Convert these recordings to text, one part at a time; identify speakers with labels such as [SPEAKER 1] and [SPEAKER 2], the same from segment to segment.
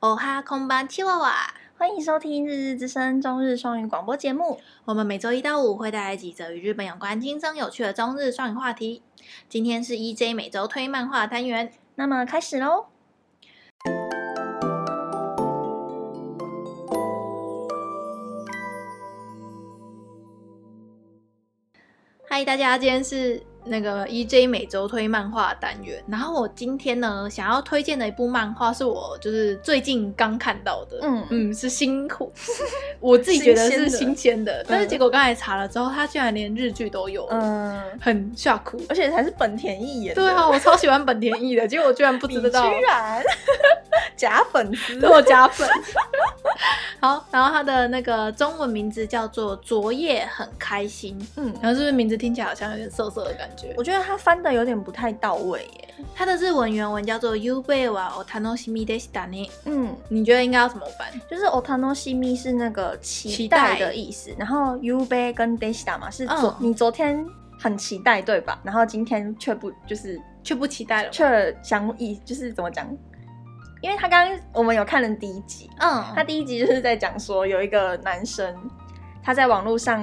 [SPEAKER 1] 哦哈空班七娃娃，
[SPEAKER 2] 欢迎收听《日日之声》中日双语广播节目。
[SPEAKER 1] 我们每周一到五会带来几则与日本有关、轻松有趣的中日双语话题。今天是 EJ 每周推漫画单元，
[SPEAKER 2] 那么开始喽！
[SPEAKER 1] 嗨，大家，今天是那个 EJ 每周推漫画单元。然后我今天呢，想要推荐的一部漫画是我就是最近刚看到的，
[SPEAKER 2] 嗯
[SPEAKER 1] 嗯，是辛苦，我自己觉得是
[SPEAKER 2] 新鲜的
[SPEAKER 1] 新鲜的，但是结果刚才查了之后，它居然连日剧都有，
[SPEAKER 2] 嗯，
[SPEAKER 1] 很吓哭。
[SPEAKER 2] 而且还是本田翼演的，
[SPEAKER 1] 对啊，我超喜欢本田翼的，结果我居然不
[SPEAKER 2] 你
[SPEAKER 1] 知
[SPEAKER 2] 居
[SPEAKER 1] 道，
[SPEAKER 2] 然 假 粉丝，
[SPEAKER 1] 对我加粉。好，然后他的那个中文名字叫做《昨夜很开心》，
[SPEAKER 2] 嗯，
[SPEAKER 1] 然后是不是名字听起来好像有点涩涩的感觉？
[SPEAKER 2] 我觉得他翻的有点不太到位耶。
[SPEAKER 1] 它的日文原文叫做 “You be wa o tanoshimi d e s t a n
[SPEAKER 2] 嗯，
[SPEAKER 1] 你觉得应该要怎么办？
[SPEAKER 2] 就是 otano s i m i 是那个期
[SPEAKER 1] 期
[SPEAKER 2] 待
[SPEAKER 1] 待
[SPEAKER 2] 的意思，然后 yube 跟 deshita 嘛是昨、
[SPEAKER 1] 嗯
[SPEAKER 2] 你昨天很期待对吧？然后今天却不就是
[SPEAKER 1] 却不期待了吗。
[SPEAKER 2] 却相异，就是怎么讲？因为他刚刚我们有看了第一集，
[SPEAKER 1] 嗯，
[SPEAKER 2] 他第一集就是在讲说有一个男生，他在网络上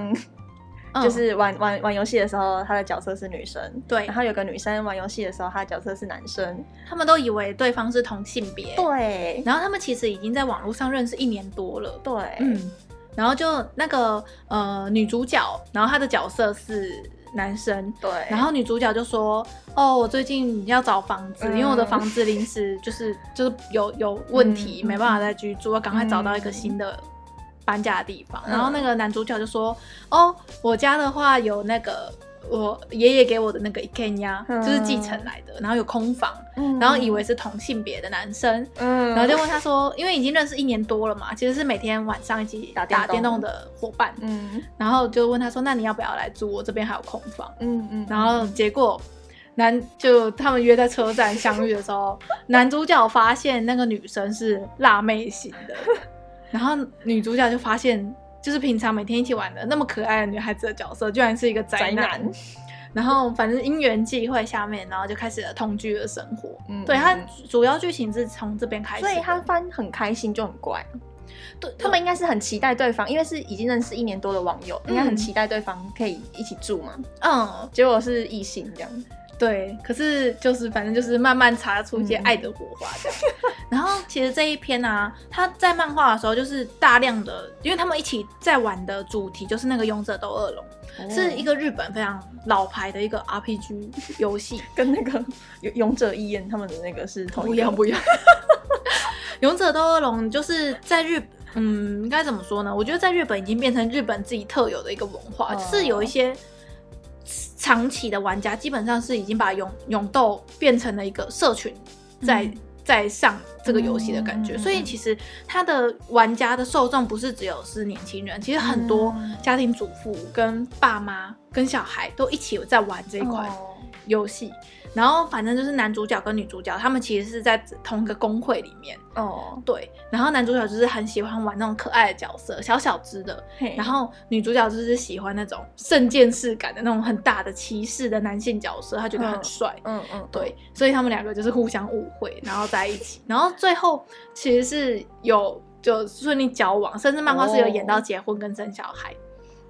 [SPEAKER 1] 嗯
[SPEAKER 2] 就是玩、玩玩游戏的时候，他的角色是女生。
[SPEAKER 1] 对
[SPEAKER 2] 然，后有个女生玩游戏的时候，她的角色是男生。
[SPEAKER 1] 他们都以为对方是同性别，
[SPEAKER 2] 对
[SPEAKER 1] 然后他们其实已经在网络上认识一年多了。
[SPEAKER 2] 对，
[SPEAKER 1] 嗯，然后就那个呃女主角，然后她的角色是男生，
[SPEAKER 2] 对。
[SPEAKER 1] 然后女主角就说：“哦，我最近要找房子，
[SPEAKER 2] 嗯
[SPEAKER 1] 因为我的房子临时就是就是有有问题，
[SPEAKER 2] 嗯
[SPEAKER 1] 没办法再居住，要赶快找到一个新的搬家的地方。
[SPEAKER 2] 嗯
[SPEAKER 1] 然后那个男主角就说：“哦，我家的话有那个我爷爷给我的那个 i k e n
[SPEAKER 2] 嗯
[SPEAKER 1] 就是继承来的，然后有空房，
[SPEAKER 2] 嗯
[SPEAKER 1] 然后以为是同性别的男生，
[SPEAKER 2] 嗯
[SPEAKER 1] 然后就问他说，因为已经认识一年多了嘛，其实是每天晚上一起
[SPEAKER 2] 打
[SPEAKER 1] 打电
[SPEAKER 2] 电动
[SPEAKER 1] 动的伙伴，
[SPEAKER 2] 嗯
[SPEAKER 1] 然后就问他说，那你要不要来住？我这边还有空房。
[SPEAKER 2] 嗯嗯，
[SPEAKER 1] 然后结果男就他们约在车站相遇的时候，男主角发现那个女生是辣妹型的， 然后女主角就发现，就是平常每天一起玩的那么可爱的女孩子的角色，居然是一个宅
[SPEAKER 2] 宅
[SPEAKER 1] 男。
[SPEAKER 2] 男嗯
[SPEAKER 1] 然后反正因缘际会下面，然后就开始了同居的生活。
[SPEAKER 2] 嗯
[SPEAKER 1] 对，
[SPEAKER 2] 嗯
[SPEAKER 1] 它
[SPEAKER 2] 嗯
[SPEAKER 1] 主要剧情是从这边开始的，
[SPEAKER 2] 所以他翻很开心就很怪。
[SPEAKER 1] 对
[SPEAKER 2] 他们应该是很期待对方，因为是已经认识一年多的网友，应该很
[SPEAKER 1] 嗯
[SPEAKER 2] 期待对方可以一起住嘛。
[SPEAKER 1] 嗯
[SPEAKER 2] 结果是异性这样。
[SPEAKER 1] 对，可是就是反正就是慢慢擦出一些
[SPEAKER 2] 嗯
[SPEAKER 1] 爱的火花这样。 然后其实这一篇啊，他在漫画的时候就是大量的，因为他们一起在玩的主题就是那个《勇者斗恶龙》是一
[SPEAKER 2] 个
[SPEAKER 1] 个日本非常老牌的一个 RPG 游戏。
[SPEAKER 2] 跟那个勇勇者一言他们的那个是同一个
[SPEAKER 1] 不要不要，《 勇者斗恶龙》就是在日。嗯，应该怎么说呢？我觉得在日本已经变成日本自己特有的一个文化，
[SPEAKER 2] 哦
[SPEAKER 1] 就是有一些长期的玩家基本上是已经把勇勇斗变成了一个社群在、
[SPEAKER 2] 嗯
[SPEAKER 1] 在上这个游戏的感觉，
[SPEAKER 2] 嗯嗯嗯
[SPEAKER 1] 所以其实它的玩家的受众不是只有是年轻人，其实很多
[SPEAKER 2] 嗯
[SPEAKER 1] 家庭主妇跟爸妈跟小孩都一起在玩这一款
[SPEAKER 2] 哦
[SPEAKER 1] 游戏。然后反正就是男主角跟女主角，他们其实是在同一个工会里面，
[SPEAKER 2] 哦，
[SPEAKER 1] 对。然后男主角就是很喜欢玩那种可爱的角色，小小只的。
[SPEAKER 2] 嘿
[SPEAKER 1] 然后女主角就是喜欢那种圣剑士感的那种很大的骑士的男性角色，她觉得很帅。
[SPEAKER 2] 嗯嗯，
[SPEAKER 1] 对，所以他们两个就是互相误会，然后在一起，然后最后其实是有就顺利交往，甚至漫画是有演到结婚跟生小孩。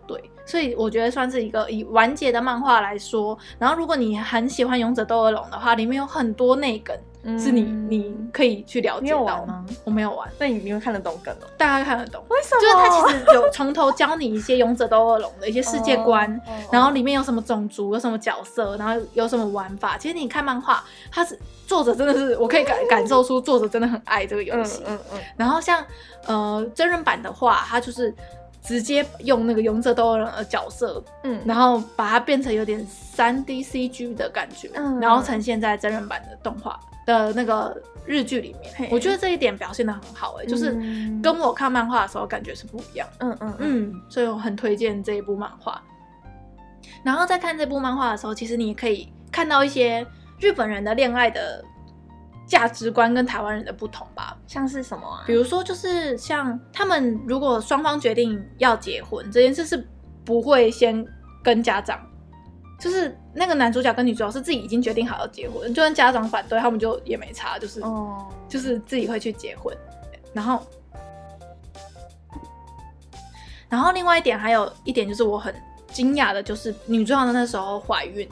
[SPEAKER 1] 对，所以我觉得算是一个以完结的漫画来说，然后如果你很喜欢《勇者斗恶龙》的话，里面有很多内梗
[SPEAKER 2] 嗯
[SPEAKER 1] 是你、你可以去了
[SPEAKER 2] 你
[SPEAKER 1] 解
[SPEAKER 2] 有
[SPEAKER 1] 到
[SPEAKER 2] 玩吗？
[SPEAKER 1] 我没有玩，
[SPEAKER 2] 那你你会看得懂梗哦？
[SPEAKER 1] 大概看得懂，
[SPEAKER 2] 为什
[SPEAKER 1] 就
[SPEAKER 2] 就是是
[SPEAKER 1] 它
[SPEAKER 2] 他
[SPEAKER 1] 其
[SPEAKER 2] 其实
[SPEAKER 1] 实有从头教你一些《勇者斗恶龙》的一些世界观，然
[SPEAKER 2] 然
[SPEAKER 1] 后
[SPEAKER 2] 后
[SPEAKER 1] 里面有什么种族，有什么角色，然后有什么玩法。其实你看漫画，它是作者真的是，我可以感感受出作者真的很爱这个游戏。
[SPEAKER 2] 嗯嗯，
[SPEAKER 1] 然后像呃真人版的话，它就是直接用那个勇者斗恶龙的角色，
[SPEAKER 2] 嗯
[SPEAKER 1] 然后把它变成有点三 D CG 的感觉，
[SPEAKER 2] 嗯
[SPEAKER 1] 然后呈现在真人版的动画的那个日剧里面
[SPEAKER 2] 嘿。
[SPEAKER 1] 我觉得这一点表现的很好、欸，就是
[SPEAKER 2] 嗯
[SPEAKER 1] 跟我看漫画的时候感觉是不一样的。
[SPEAKER 2] 嗯嗯嗯
[SPEAKER 1] 嗯，所以我很推荐这一部漫画。然后在看这部漫画的时候，其实你也可以看到一些日本人的恋爱的价值观跟台湾人的不同吧。
[SPEAKER 2] 像是什么啊
[SPEAKER 1] 比？如说，就是像他们如果双方决定要结婚这件事，是不会先跟家长，就是那个男主角跟女主角是自己已经决定好要结婚，就算家长反对，他们就也没差，就是、
[SPEAKER 2] 哦，
[SPEAKER 1] 就是自己会去结婚。然后，然后另外一点还有一点就是我很惊讶的，就是女主角那时候怀孕，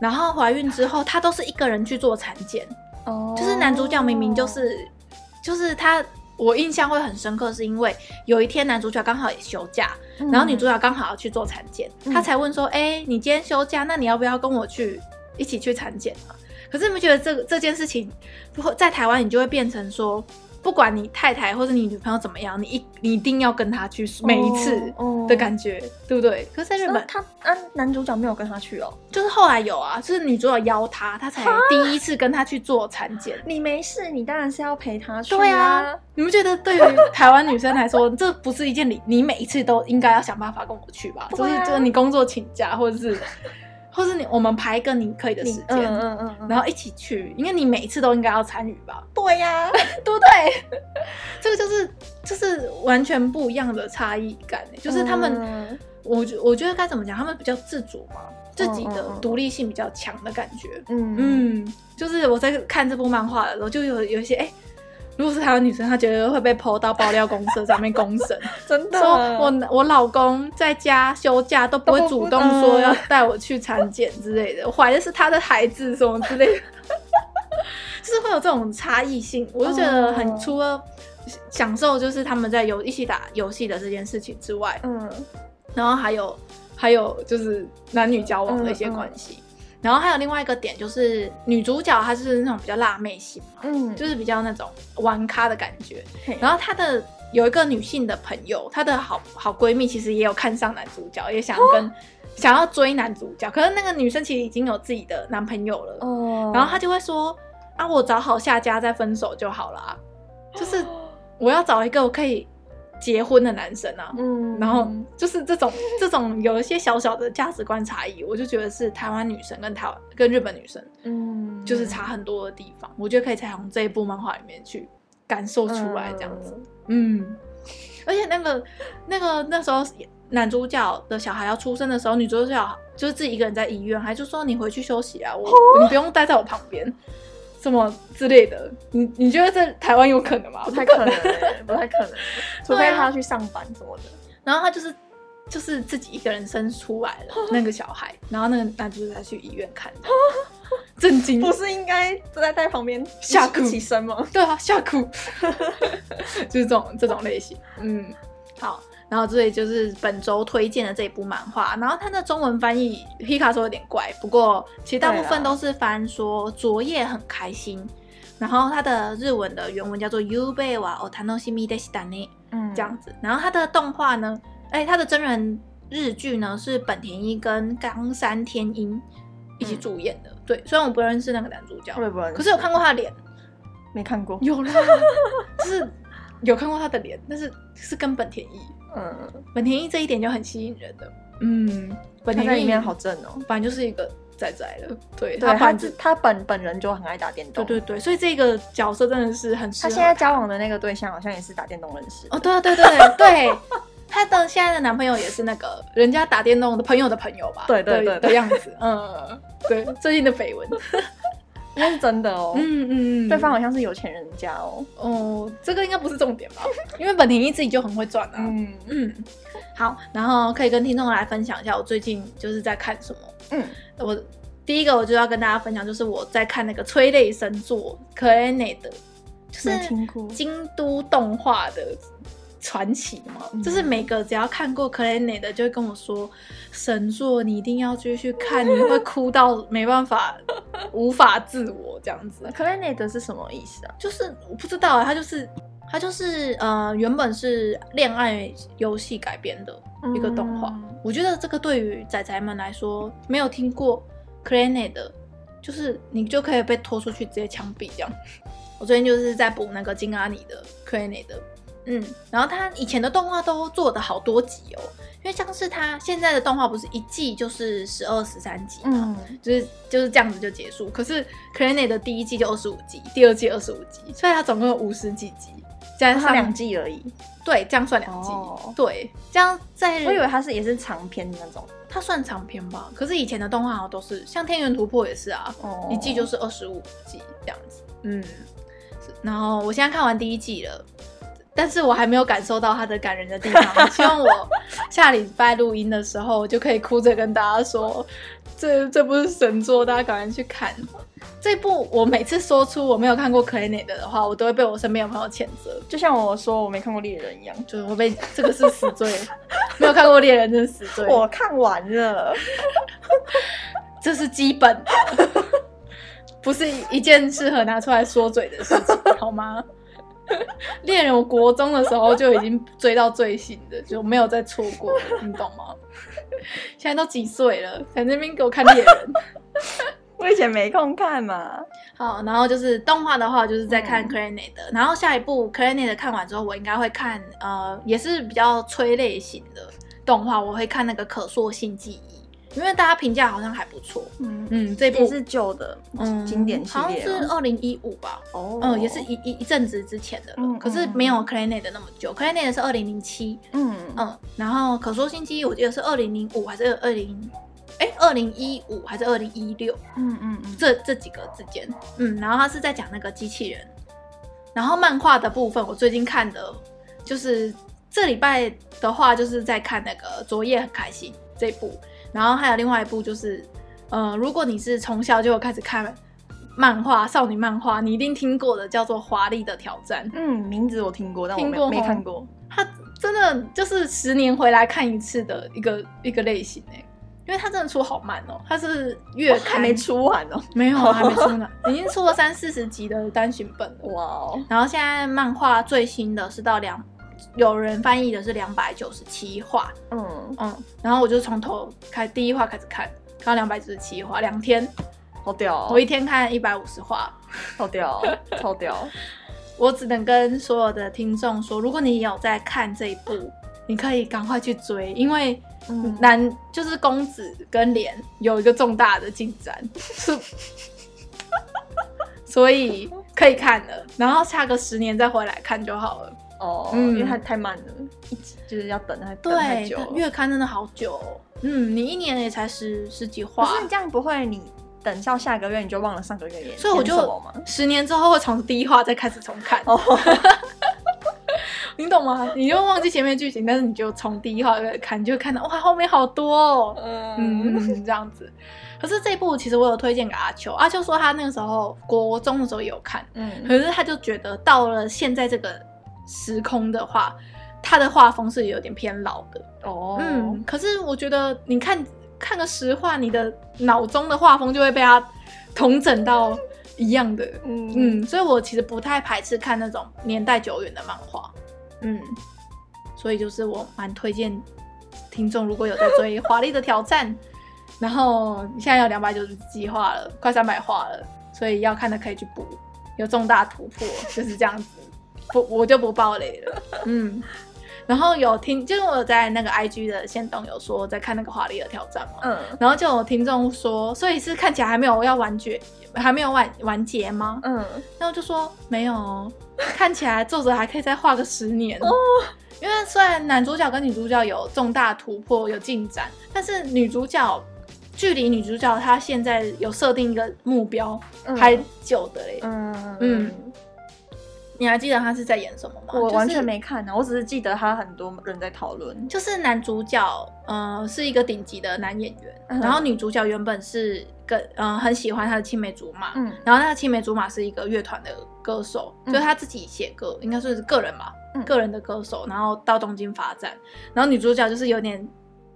[SPEAKER 1] 然后怀孕之后她都是一个人去做产检，
[SPEAKER 2] 哦
[SPEAKER 1] 就是男主角明明就是就是他，我印象会很深刻，是因为有一天男主角刚好也休假，
[SPEAKER 2] 嗯
[SPEAKER 1] 然后女主角刚好要去做产检，
[SPEAKER 2] 嗯
[SPEAKER 1] 他才问说：“哎、你今天休假，那你要不要跟我去一起去产检啊？”可是你们觉得这个这件事情，或在台湾你就会变成说，不管你太太或者你女朋友怎么样，你一你一定要跟她去每一次
[SPEAKER 2] 哦
[SPEAKER 1] 的感觉，对不对？可是在日
[SPEAKER 2] 那
[SPEAKER 1] 本
[SPEAKER 2] 他啊，男主角没有跟他去哦。
[SPEAKER 1] 就是后来有啊，就是女主角邀他，他才第一次跟他去做产检。
[SPEAKER 2] 你没事，你当然是要陪他去、
[SPEAKER 1] 对啊，你们觉得对于台湾女生来说， 这不是一件你你每一次都应该要想办法跟我去吧？就
[SPEAKER 2] 对
[SPEAKER 1] 是
[SPEAKER 2] 啊
[SPEAKER 1] 就是你工作请假，或者是， 或是你我们排一个你可以的时
[SPEAKER 2] 你
[SPEAKER 1] 间，
[SPEAKER 2] 嗯嗯嗯嗯，
[SPEAKER 1] 然后一起去，因为你每一次都应该要参与 吧，
[SPEAKER 2] 对呀、
[SPEAKER 1] 对啊不对？ 这个就是就是完全不一样的差异感、就是他们，
[SPEAKER 2] 嗯
[SPEAKER 1] 我觉我觉得该怎么讲，他们比较自主嘛，自己的
[SPEAKER 2] 嗯嗯嗯
[SPEAKER 1] 独立性比较强的感觉。
[SPEAKER 2] 嗯
[SPEAKER 1] 嗯，就是我在看这部漫画的时候，就有有一些哎、如果是台湾女生，她觉得会被抛到爆料公社上面公审，
[SPEAKER 2] 真的，哦
[SPEAKER 1] 说我我老公在家休假都不会主动说要带我去产检之类的，我怀的是他的孩子什么之类的， 就是会有这种差异性，我就觉得很
[SPEAKER 2] 哦
[SPEAKER 1] 除了。享受就是他们在游一起打游戏的这件事情之外，
[SPEAKER 2] 嗯
[SPEAKER 1] 然后还有还有就是男女交往的一些关
[SPEAKER 2] 嗯
[SPEAKER 1] 系。然后还有另外一个点就是女主角她是那种比较辣妹型嘛，
[SPEAKER 2] 嗯，
[SPEAKER 1] 就是比较那种玩咖的感觉。
[SPEAKER 2] 嘿
[SPEAKER 1] 然后她的有一个女性的朋友，她的好好闺蜜其实也有看上男主角，也想
[SPEAKER 2] 哦
[SPEAKER 1] 跟、想要追男主角，可是那个女生其实已经有自己的男朋友了，
[SPEAKER 2] 哦，
[SPEAKER 1] 然后她就会说啊，我找好下家再分手就好了啊，就是我要找一个我可以结婚的男生啊。
[SPEAKER 2] 嗯，
[SPEAKER 1] 然后就是这种这种有一些小小的价值观差异，我就觉得是台湾女生跟台湾跟日本女生
[SPEAKER 2] 嗯，
[SPEAKER 1] 就是差很多的地方，我觉得可以从这一部漫画里面去感受出来这样子。嗯，而且那个那个那时候男主角的小孩要出生的时候，女主角就是自己一个人在医院，还就说你回去休息啊，
[SPEAKER 2] 哦
[SPEAKER 1] 我、你不用待在我旁边。什么之类的，你你觉得在台湾有可能吗？
[SPEAKER 2] 不太可能欸，不太可能，除非他要去上班什么的。
[SPEAKER 1] 然后他就是就是自己一个人生出来 了那个小孩，然后那个男主角才去医院看的，震惊，
[SPEAKER 2] 不是应该坐在在旁边
[SPEAKER 1] 吓哭
[SPEAKER 2] 一起身吗？
[SPEAKER 1] 对啊，吓 哭，就是这种这种类型，嗯，好。然后所以就是本周推荐的这一部漫画，然后它的中文翻译皮卡说有点怪，不过其实大部
[SPEAKER 2] 对
[SPEAKER 1] 分
[SPEAKER 2] 啦
[SPEAKER 1] 都是翻说昨夜很开心，然后它的日文的原文叫做 u b e wa o tanoshimi d e s t a n e
[SPEAKER 2] 嗯
[SPEAKER 1] 这样子。然后他的动画呢，哎、他的真人日剧呢是本田一跟冈山天音一起主演
[SPEAKER 2] 嗯
[SPEAKER 1] 的。对，虽然我不认识那个男主角，
[SPEAKER 2] 会不会？
[SPEAKER 1] 可是有看过他的脸，
[SPEAKER 2] 没看过？
[SPEAKER 1] 有啦， 就是有看过他的脸，但是是跟本田一，
[SPEAKER 2] 嗯，
[SPEAKER 1] 本田一这一点就很吸引人的。嗯，本
[SPEAKER 2] 他
[SPEAKER 1] 田
[SPEAKER 2] 在
[SPEAKER 1] 一
[SPEAKER 2] 里面好，正哦。
[SPEAKER 1] 本来就是一个仔仔的，对
[SPEAKER 2] 对，他
[SPEAKER 1] 本
[SPEAKER 2] 自他本本人就很爱打电
[SPEAKER 1] 对
[SPEAKER 2] 动。
[SPEAKER 1] 对对，所以这个角色真的是很适
[SPEAKER 2] 他
[SPEAKER 1] 合
[SPEAKER 2] 现在交往的那个对象好像也是打电动认识的。
[SPEAKER 1] 哦，对啊，对对对对， 她的现在的男朋友也是那个人家打电动的朋友的朋友吧？
[SPEAKER 2] 对对
[SPEAKER 1] 的
[SPEAKER 2] 对
[SPEAKER 1] 的
[SPEAKER 2] 对
[SPEAKER 1] 样子，嗯，对，最近的绯闻，
[SPEAKER 2] 应该是真的哦。
[SPEAKER 1] 嗯嗯，
[SPEAKER 2] 对方好像是有钱人家哦。
[SPEAKER 1] 哦，这个应该不是重点吧？ 因为本田一自己就很会赚啊，
[SPEAKER 2] 嗯
[SPEAKER 1] 嗯，好，然后可以跟听众来分享一下我最近就是在看什么，
[SPEAKER 2] 嗯，
[SPEAKER 1] 我。第一个我就要跟大家分享，就是我在看那个催泪神作《可爱内的》，就是
[SPEAKER 2] 没听过。
[SPEAKER 1] 京都动画的传奇嘛，
[SPEAKER 2] 嗯
[SPEAKER 1] 就是每个只要看过《克雷内》的，就会跟我说神作，你一定要继续看，你会哭到没办法，无法自我这样子。
[SPEAKER 2] c l a n e t 是什么意思 啊？
[SPEAKER 1] 就是我不知道啊，它就是它就是呃，原本是恋爱游戏改编的一个动画，
[SPEAKER 2] 嗯
[SPEAKER 1] 我觉得这个对于仔仔们来说，没有听过 c l a n e 的，就是你就可以被拖出去直接枪毙这样。 我最近就是在补那个金阿尼的 c l a n e 的，嗯，然后他以前的动画都做的好多集哦，因为像是他现在的动画不是一季就是十二十三集嘛，
[SPEAKER 2] 嗯，
[SPEAKER 1] 就是就是这样子就结束。可是 c l a n e 的第一季就二十五集，第二季二十五集，所以它总共有五十几集，加
[SPEAKER 2] 哦它
[SPEAKER 1] 上
[SPEAKER 2] 两季而已。
[SPEAKER 1] 对，这样算两季，
[SPEAKER 2] 哦
[SPEAKER 1] 对，这样在
[SPEAKER 2] 我以为它是也是长篇的那种。
[SPEAKER 1] 它算长篇吧，可是以前的动画好像都是，像《天元突破》也是啊，
[SPEAKER 2] 哦
[SPEAKER 1] 一季就是二十五集这样子。嗯，是然后我现在看完第一季了，但是我还没有感受到它的感人的地方。希望我下礼拜录音的时候，我就可以哭着跟大家说，这 这部是神作，大家赶快去看。这部我每次说出我没有看过《克雷内德》的话，我都会被我身边的朋友谴责，
[SPEAKER 2] 就像我说我没看过猎人一样，
[SPEAKER 1] 就是我被这个是死罪，没有看过《猎人》真是死 罪。
[SPEAKER 2] 我看完了，
[SPEAKER 1] 这是基本 的，不是一件适合拿出来说嘴的事情，好吗？ 恋人，我国中的时候就已经追到最新的，就没有再错过了，你懂吗？现在都几岁了，在那边给我看猎人。
[SPEAKER 2] 我以前没空看嘛。
[SPEAKER 1] 好，然后就是动画的话，就是在看《c r a n e 的、然后下一部《c r a n e 的看完之后，我应该会看呃，也是比较催泪型的动画，我会看那个《可塑性记忆》，因为大家评价好像还不错。
[SPEAKER 2] 嗯，
[SPEAKER 1] 嗯，这部
[SPEAKER 2] 也是旧的，
[SPEAKER 1] 嗯
[SPEAKER 2] 经典系
[SPEAKER 1] 好像
[SPEAKER 2] 列哦
[SPEAKER 1] 是
[SPEAKER 2] 嘛。
[SPEAKER 1] 二零一五吧，
[SPEAKER 2] 哦
[SPEAKER 1] 嗯，也是一一一阵子之前的了，
[SPEAKER 2] 嗯
[SPEAKER 1] 可是没有 Clanet 的那么久，Clanet 是二零零七，
[SPEAKER 2] 嗯
[SPEAKER 1] 嗯，然后可塑性记忆我记得是二零零五还是二零，哎，二零一五还是二零一六
[SPEAKER 2] 嗯嗯嗯，
[SPEAKER 1] 这这几个之间，嗯，然后他是在讲那个机器人，然后漫画的部分我最近看的，就是这礼拜的话就是在看那个《昨夜很开心》这部，然后还有另外一部就是，呃，如果你是从小就有开始看。漫画少女漫画，你一定听过的叫做《华丽的挑战》，
[SPEAKER 2] 嗯，名字我听过，但我
[SPEAKER 1] 听
[SPEAKER 2] 没
[SPEAKER 1] 过
[SPEAKER 2] 没
[SPEAKER 1] 吼
[SPEAKER 2] 看 过。
[SPEAKER 1] 它真的就是十年回来看一次的一个一个类型哎、因为它真的出好慢哦，它是月
[SPEAKER 2] 哦
[SPEAKER 1] 刊、
[SPEAKER 2] 还没，出完哦。
[SPEAKER 1] 没有啊还没出呢，已经出了三四十集的单行本了。
[SPEAKER 2] 哇哦，
[SPEAKER 1] 然后现在漫画最新的是到两，有人翻译的是两百九十七话，
[SPEAKER 2] 嗯，
[SPEAKER 1] 嗯，然后我就从头开第一话开始看，看到两百九十七话，两天，
[SPEAKER 2] 好屌哦，
[SPEAKER 1] 我一天看一百五十话，
[SPEAKER 2] 好屌 哦，超屌。
[SPEAKER 1] 我只能跟所有的听众说，如果你有在看这一部，你可以赶快去追，因为
[SPEAKER 2] 嗯
[SPEAKER 1] 男、就是公子跟莲有一个重大的进展， 是，所以可以看了，然后下个十年再回来看就好了。
[SPEAKER 2] 哦，
[SPEAKER 1] 嗯
[SPEAKER 2] 因为它太慢了，一直就是要等它等太
[SPEAKER 1] 对
[SPEAKER 2] 久了，。
[SPEAKER 1] 月刊真的好久、哦，嗯，你一年也才十十几
[SPEAKER 2] 可
[SPEAKER 1] 话，
[SPEAKER 2] 是你这样不会，你等到下个月你就忘了上个月演，
[SPEAKER 1] 所以我
[SPEAKER 2] 演什么
[SPEAKER 1] 就
[SPEAKER 2] 吗？
[SPEAKER 1] 十年之后会从第一话再开始重看。
[SPEAKER 2] 哦，
[SPEAKER 1] 你懂吗？你就忘记前面剧情，但是你就从第一话开始看，你就看到哇，后面好多哦，
[SPEAKER 2] 嗯，
[SPEAKER 1] 嗯，这样子。可是这一部其实我有推荐给阿秋，阿秋说他那个时候国中的时候也有看，
[SPEAKER 2] 嗯，
[SPEAKER 1] 可是他就觉得到了现在这个时空的话，他的画风是有点偏老的，
[SPEAKER 2] 哦，
[SPEAKER 1] 嗯。可是我觉得你看看个实话，你的脑中的画风就会被他统整到一样的，
[SPEAKER 2] 嗯
[SPEAKER 1] 嗯，所以我其实不太排斥看那种年代久远的漫画，嗯，所以就是我蛮推荐听众如果有在追《华丽的挑战》，然后你现在有两百九十几话了，快三百话了，所以要看的可以去补，有重大突破就是这样子，不我就不爆雷了，嗯。然后有听，就是我有在那个 IG 的线动有说在看那个《华丽的挑战》嘛，
[SPEAKER 2] 嗯
[SPEAKER 1] 然后就有听众说，所以是看起来还没有要完结，还没有完完结吗？
[SPEAKER 2] 嗯，
[SPEAKER 1] 然后就说没有哦，看起来作者还可以再画个十年哦。因为虽然男主角跟女主角有重大突破、有进展，但是女主角距离女主角她现在有设定一个目标、
[SPEAKER 2] 嗯
[SPEAKER 1] 还久的嘞。
[SPEAKER 2] 嗯
[SPEAKER 1] 嗯你还记得她是在演什么吗？
[SPEAKER 2] 我完全
[SPEAKER 1] 就是
[SPEAKER 2] 没看呢，啊我只是记得他很多人在讨论。
[SPEAKER 1] 就是男主角，呃，是一个顶级的男演员，
[SPEAKER 2] 嗯
[SPEAKER 1] 然后女主角原本是跟，呃，很喜欢她的青梅竹马，
[SPEAKER 2] 嗯
[SPEAKER 1] 然后那个青梅竹马是一个乐团的歌手，
[SPEAKER 2] 嗯
[SPEAKER 1] 就是他自己写歌，应该算是个人吧，
[SPEAKER 2] 嗯
[SPEAKER 1] 个人的歌手，然后到东京发展，然后女主角就是有点。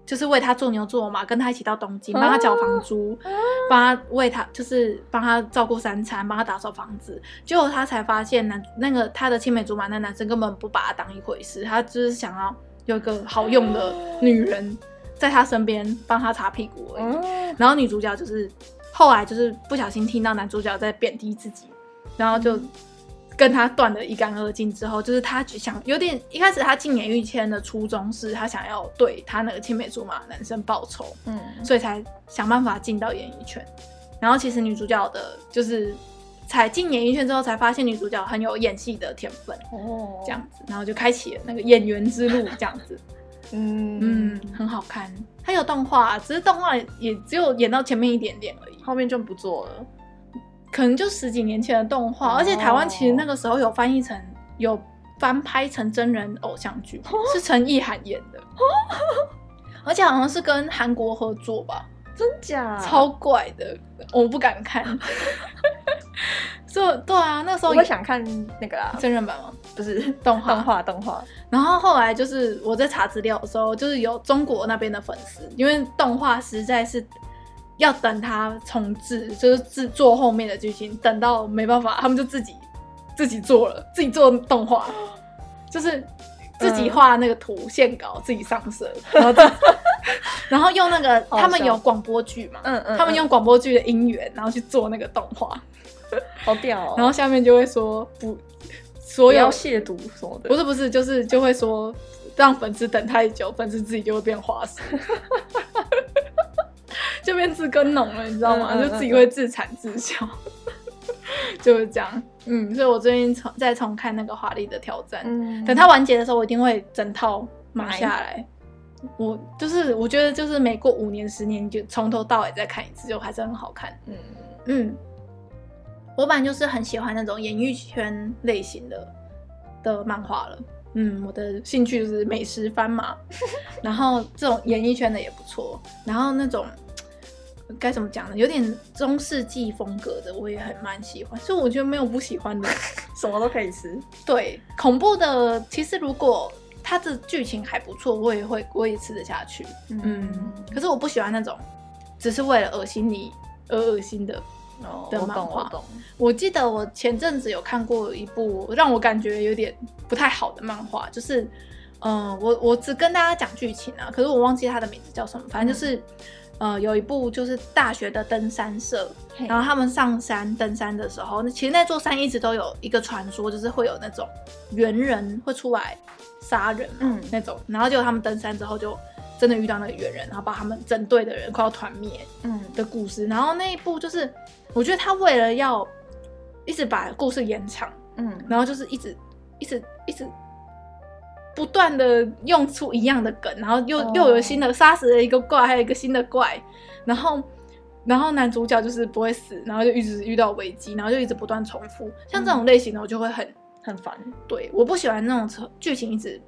[SPEAKER 1] 就是为他做牛做马，跟他一起到东京，帮他缴房租，
[SPEAKER 2] 哦
[SPEAKER 1] 帮、他为他就是帮他照顾三餐，帮他打扫房子。结果他才发现男那个他的青梅竹马那男生根本不把他当一回事，他就是想要有一个好用的女人在他身边帮他擦屁股而已。
[SPEAKER 2] 嗯
[SPEAKER 1] 然后女主角就是后来就是不小心听到男主角在贬低自己，然后就跟他断得一干二净。之后就是他只想有点一开始他进演艺圈的初衷是他想要对他那个青梅竹马的男生报仇，
[SPEAKER 2] 嗯
[SPEAKER 1] 所以才想办法进到演艺圈。然后其实女主角的就是才进演艺圈之后才发现女主角很有演戏的天分，
[SPEAKER 2] 哦
[SPEAKER 1] 这样子，然后就开启了那个演员之路，这样子。
[SPEAKER 2] 嗯
[SPEAKER 1] 嗯，很好看。它有动画，啊只是动画也只有演到前面一点点而已，
[SPEAKER 2] 后面就不做了。
[SPEAKER 1] 可能就十几年前的动画。
[SPEAKER 2] 哦
[SPEAKER 1] 而且台湾其实那个时候有翻译成有翻拍成真人偶像剧，
[SPEAKER 2] 哦
[SPEAKER 1] 是陈意涵演的，而且好像是跟韩国合作吧，
[SPEAKER 2] 真假？
[SPEAKER 1] 超怪的，我不敢 看。就对啊，那时候
[SPEAKER 2] 我会想看那个啦，
[SPEAKER 1] 真人版吗？
[SPEAKER 2] 不是
[SPEAKER 1] 动画
[SPEAKER 2] 动画动画，
[SPEAKER 1] 然后后来就是我在查资料的时候，就是有中国那边的粉丝，因为动画实在是要等他重置，就是制作后面的剧情，等到没办法，他们就自己自己做了，自己做动画，就是自己画那个图线稿，自己上色，然后自 己然后用那个
[SPEAKER 2] 好笑
[SPEAKER 1] 他们有广播剧嘛，
[SPEAKER 2] 嗯嗯，
[SPEAKER 1] 他们
[SPEAKER 2] 嗯
[SPEAKER 1] 用广播剧的音源，然后去做那个动画，
[SPEAKER 2] 好屌哦，
[SPEAKER 1] 然后下面就会说不，
[SPEAKER 2] 不
[SPEAKER 1] 所有
[SPEAKER 2] 要亵渎什么的，
[SPEAKER 1] 不是不是，就是就会说让粉丝等太久，粉丝自己就会变花式， 就变自耕农了，你知道吗？
[SPEAKER 2] 嗯嗯嗯
[SPEAKER 1] 就自己会自产自销， 就是这样。嗯，所以我最近重再重看那个《华丽的挑战》
[SPEAKER 2] 嗯
[SPEAKER 1] 等它完结的时候，我一定会整套买
[SPEAKER 2] 买
[SPEAKER 1] 下来。我就是我觉得就是每过五年十年，你就从头到尾再看一次，就还是很好看。
[SPEAKER 2] 嗯
[SPEAKER 1] 嗯，我本来就是很喜欢那种演艺圈类型的的漫画了。嗯，我的兴趣就是美食番 嘛，然后这种演艺圈的也不错，然后那种该怎么讲呢，有点中世纪风格的我也很蛮喜欢，所以我觉得没有不喜欢的。
[SPEAKER 2] 什么都可以吃，
[SPEAKER 1] 对，恐怖的其实如果它的剧情还不错，我也会我也吃得下去。嗯，可是我不喜欢那种只是为了恶心你而恶心的。
[SPEAKER 2] 哦，
[SPEAKER 1] 的
[SPEAKER 2] 我
[SPEAKER 1] 漫
[SPEAKER 2] 懂
[SPEAKER 1] 画
[SPEAKER 2] 我懂，
[SPEAKER 1] 我记得我前阵子有看过一部让我感觉有点不太好的漫画，就是，嗯、我我只跟大家讲剧情啊，可是我忘记它的名字叫什么，反正就是，呃，有一部就是大学的登山社，
[SPEAKER 2] 嘿
[SPEAKER 1] 然后他们上山登山的时候，那其实那座山一直都有一个传说，就是会有那种猿人会出来杀人嘛，
[SPEAKER 2] 嗯
[SPEAKER 1] 那种，然后结果他们登山之后就真的遇到那个猿人，然后把他们整队的人快要团灭，
[SPEAKER 2] 嗯
[SPEAKER 1] 的故事，然后那一部就是，我觉得他为了要一直把故事延长，
[SPEAKER 2] 嗯
[SPEAKER 1] 然后就是一直一直一直不断的用出一样的梗，然后又、
[SPEAKER 2] 哦
[SPEAKER 1] 又有新的杀死了一个怪，还有一个新的怪，然后然后男主角就是不会死，然后就一直遇到危机，然后就一直不断重复，像这种类型的我就会很
[SPEAKER 2] 很烦，
[SPEAKER 1] 对，我不喜欢那种重剧情一直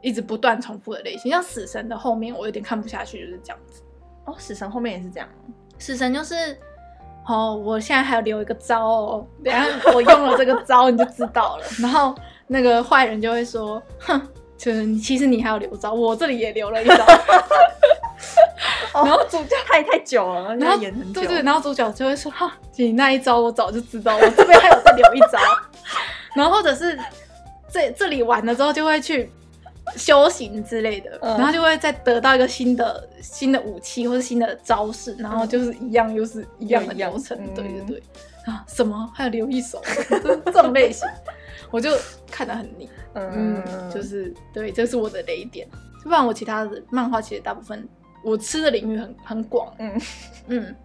[SPEAKER 1] 一直不断重复的类型，像死神的后面我有点看不下去，就是这样子。
[SPEAKER 2] 哦，死神后面也是这样，
[SPEAKER 1] 死神就是，哦，我现在还有留一个招哦，等一下我用了这个招你就知道了。然后那个坏人就会说，哼，就是你其实你还有留招，我这里也留了一招。
[SPEAKER 2] 哦然后主角太太久了，
[SPEAKER 1] 哦然后
[SPEAKER 2] 要演很久，
[SPEAKER 1] 对对，然后主角就会说，哈，你那一招我早就知道， 我这边还有再留一招。然后或者是这这里完了之后就会去。修行之类的，
[SPEAKER 2] 嗯
[SPEAKER 1] 然后就会再得到一个新的新的武器或是新的招式，然后就是一样又是一样的
[SPEAKER 2] 又一样
[SPEAKER 1] 流程，对对
[SPEAKER 2] 嗯
[SPEAKER 1] 对。啊，什么还有留一手， 就是这种类型，我就看得很腻。嗯，就是对，这是我的雷点。不然我其他的漫画其实大部分我吃的领域很很广。
[SPEAKER 2] 嗯
[SPEAKER 1] 嗯。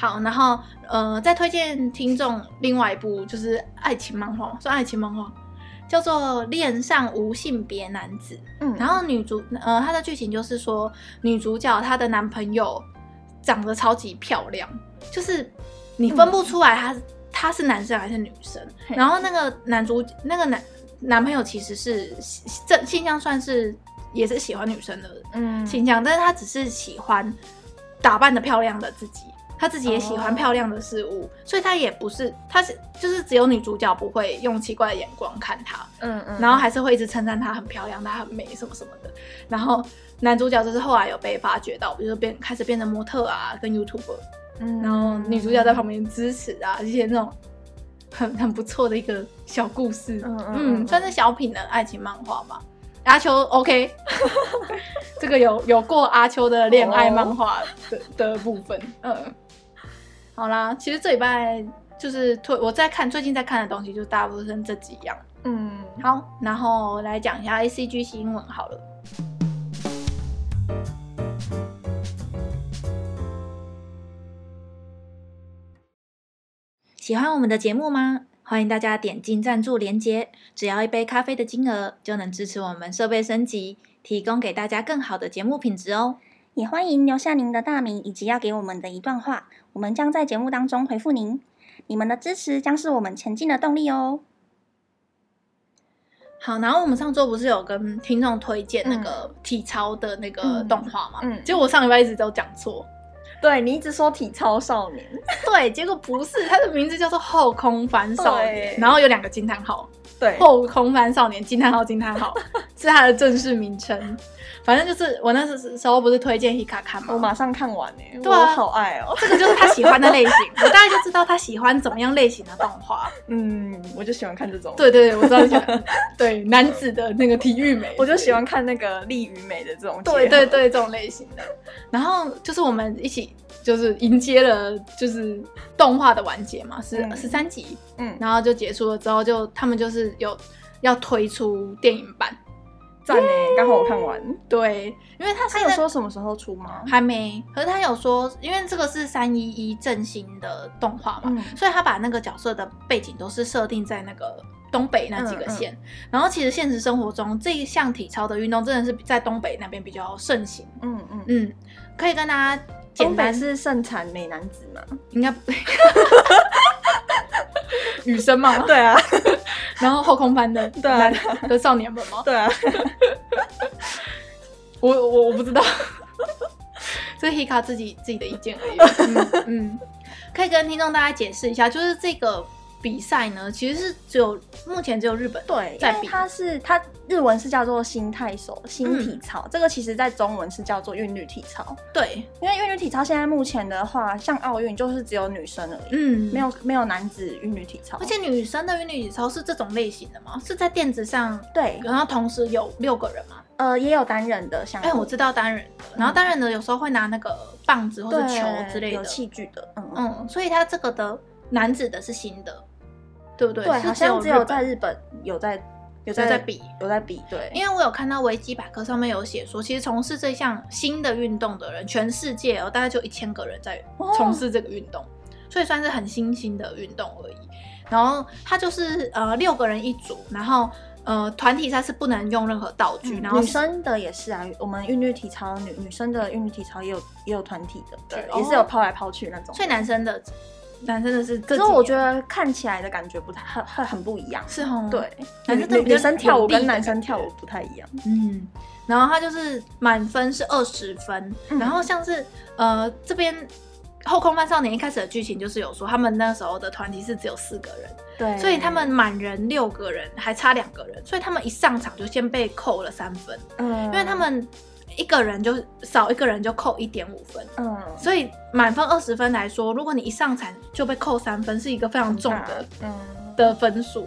[SPEAKER 1] 好，然后呃，再推荐听众另外一部就是爱情漫画，算爱情漫画，叫做《恋上无性别男子》。
[SPEAKER 2] 嗯
[SPEAKER 1] 然后女主呃，她的剧情就是说，女主角她的男朋友长得超级漂亮，就是你分不出来她、她是男生还是女生。
[SPEAKER 2] 嗯嘿
[SPEAKER 1] 然后那个男主那个男男朋友其实是正性向算是也是喜欢女生的
[SPEAKER 2] 嗯
[SPEAKER 1] 倾向，但是他只是喜欢打扮的漂亮的自己，他自己也喜欢
[SPEAKER 2] 哦
[SPEAKER 1] 漂亮的事物，所以他也不是他是就是只有女主角不会用奇怪的眼光看他。
[SPEAKER 2] 嗯嗯，
[SPEAKER 1] 然后还是会一直称赞她很漂亮，她很美什么什么的。然后男主角就是后来有被发掘到，就是变开始变成模特啊，跟 YouTuber。
[SPEAKER 2] 嗯
[SPEAKER 1] 然后女主角在旁边支持啊，一些那种很很不错的一个小故事，
[SPEAKER 2] 嗯嗯嗯
[SPEAKER 1] 算是小品的爱情漫画吧。阿秋 OK，这个有有过阿秋的恋爱漫画的、
[SPEAKER 2] 哦
[SPEAKER 1] 的部分，嗯，好啦，其实这礼拜就是推我在看最近在看的东西，就大部分这几样。
[SPEAKER 2] 嗯
[SPEAKER 1] 好，然后来讲一下 A C G 新闻好了。喜欢我们的节目吗？欢迎大家点进赞助连接，只要一杯咖啡的金额，就能支持我们设备升级，提供给大家更好的节目品质哦。
[SPEAKER 3] 也欢迎留下您的大名以及要给我们的一段话，我们将在节目当中回复您。你们的支持将是我们前进的动力哦。
[SPEAKER 1] 好，然后我们上周不是有跟听众推荐那个体操的那个动画嘛？
[SPEAKER 2] 嗯嗯嗯
[SPEAKER 1] 结果我上礼拜一直都讲错，
[SPEAKER 2] 对你一直说体操少年，
[SPEAKER 1] 对，结果不是，它的名字叫做《后空翻少年
[SPEAKER 2] 对》，
[SPEAKER 1] 然后有两个惊叹号，
[SPEAKER 2] 对
[SPEAKER 1] 《后空翻少年》惊叹号惊叹号是它的正式名称。反正就是我那时候不是推荐 Hika 看
[SPEAKER 2] 我
[SPEAKER 1] 吗？
[SPEAKER 2] 马上看完哎、
[SPEAKER 1] 对啊
[SPEAKER 2] 我好爱哦、
[SPEAKER 1] 这个就是他喜欢的类型，我大概就知道他喜欢怎么样类型的动画。
[SPEAKER 2] 嗯，我就喜欢看这种，，
[SPEAKER 1] 对对对，我知道你喜欢，对男子的那个体育美，
[SPEAKER 2] 我就喜欢看那个力与美的这种，
[SPEAKER 1] 对对，对，这种类型的。然后就是我们一起就是迎接了就是动画的完结嘛，是
[SPEAKER 2] 嗯
[SPEAKER 1] 十三集，
[SPEAKER 2] 嗯，
[SPEAKER 1] 然后就结束了之后就，他们就是有要推出电影版，
[SPEAKER 2] 赞哎、刚好我看完，
[SPEAKER 1] 对，因为他
[SPEAKER 2] 他
[SPEAKER 1] 现
[SPEAKER 2] 有
[SPEAKER 1] 在
[SPEAKER 2] 说什么时候出吗？
[SPEAKER 1] 还没，可是他有说，因为这个是三一一振兴的动画嘛，
[SPEAKER 2] 嗯
[SPEAKER 1] 所以他把那个角色的背景都是设定在那个东北那几个县。然后其实现实生活中这一项体操的运动真的是在东北那边比较盛行。
[SPEAKER 2] 嗯嗯，
[SPEAKER 1] 嗯，可以跟大家简
[SPEAKER 2] 东
[SPEAKER 1] 单
[SPEAKER 2] 北是盛产美男子嘛？
[SPEAKER 1] 应 该女生嘛，
[SPEAKER 2] 对 啊，
[SPEAKER 1] 然后后空翻的
[SPEAKER 2] 对啊
[SPEAKER 1] 男的少年们嘛，
[SPEAKER 2] 对啊，
[SPEAKER 1] 我我我不 知道，这是 Hika 自己自己的意见而已。嗯，嗯可以跟听众大家解释一下，就是这个比赛呢，其实是只有目前只有日本
[SPEAKER 2] 对，
[SPEAKER 1] 在
[SPEAKER 2] 因为
[SPEAKER 1] 比。
[SPEAKER 2] 它是它日文是叫做新太手新体操，这个其实在中文是叫做韵律体操，
[SPEAKER 1] 对，
[SPEAKER 2] 因为韵律体操现在目前的话，像奥运就是只有女生而已，
[SPEAKER 1] 嗯，
[SPEAKER 2] 没。有没有男子韵律体操，
[SPEAKER 1] 而且女生的韵律体操是这种类型的吗？是在垫子上，
[SPEAKER 2] 对，
[SPEAKER 1] 然后同时有六个人吗？
[SPEAKER 2] 呃，也有单人的项目，
[SPEAKER 1] 哎、我知道单人的，然后单人的有时候会拿那个棒子或者
[SPEAKER 2] 对
[SPEAKER 1] 球之类的
[SPEAKER 2] 有。器具的，嗯嗯，
[SPEAKER 1] 嗯，所以他这个的男子的是新的，对不对？
[SPEAKER 2] 对，
[SPEAKER 1] 是
[SPEAKER 2] 好像只有
[SPEAKER 1] 日本
[SPEAKER 2] 在日本有在有
[SPEAKER 1] 有
[SPEAKER 2] 在
[SPEAKER 1] 在比。
[SPEAKER 2] 有在比，对，
[SPEAKER 1] 因为我有看到维基百科上面有写说，其实从事这项新的运动的人，全世界哦大概就一千个人在
[SPEAKER 2] 哦
[SPEAKER 1] 从事这个运动，所以算是很新兴的运动而已。然后它就是呃六个人一组，然后呃团体赛是不能用任何道具，
[SPEAKER 2] 嗯
[SPEAKER 1] 然后
[SPEAKER 2] 女生的也是啊，我们韵律体操女女生的韵律体操也有也有团体的，对，
[SPEAKER 1] 哦
[SPEAKER 2] 也是有抛来抛去那种。
[SPEAKER 1] 所以男生的男生的是这
[SPEAKER 2] 可
[SPEAKER 1] 几
[SPEAKER 2] 是
[SPEAKER 1] 年，
[SPEAKER 2] 我觉得看起来的感觉不太很很很不一样。
[SPEAKER 1] 是哦，
[SPEAKER 2] 对，
[SPEAKER 1] 男
[SPEAKER 2] 女
[SPEAKER 1] 生真的比
[SPEAKER 2] 女
[SPEAKER 1] 较
[SPEAKER 2] 女生跳舞
[SPEAKER 1] 有力
[SPEAKER 2] 跟
[SPEAKER 1] 的
[SPEAKER 2] 男生
[SPEAKER 1] 感觉
[SPEAKER 2] 跳舞不太一样。
[SPEAKER 1] 嗯，然后他就是满分是二十分，
[SPEAKER 2] 嗯
[SPEAKER 1] 然后像是呃这边《后空翻少年》一开始的剧情就是有说他们那时候的团体是只有四个人，
[SPEAKER 2] 对
[SPEAKER 1] 所以他们满人六个人还差两个人，所以他们一上场就先被扣了三分，
[SPEAKER 2] 嗯，
[SPEAKER 1] 因为他们一个人就少一个人就扣一点五分。
[SPEAKER 2] 嗯
[SPEAKER 1] 所以满分二十分来说，如果你一上场就被扣三分，是一个非常重的
[SPEAKER 2] 嗯
[SPEAKER 1] 的分数，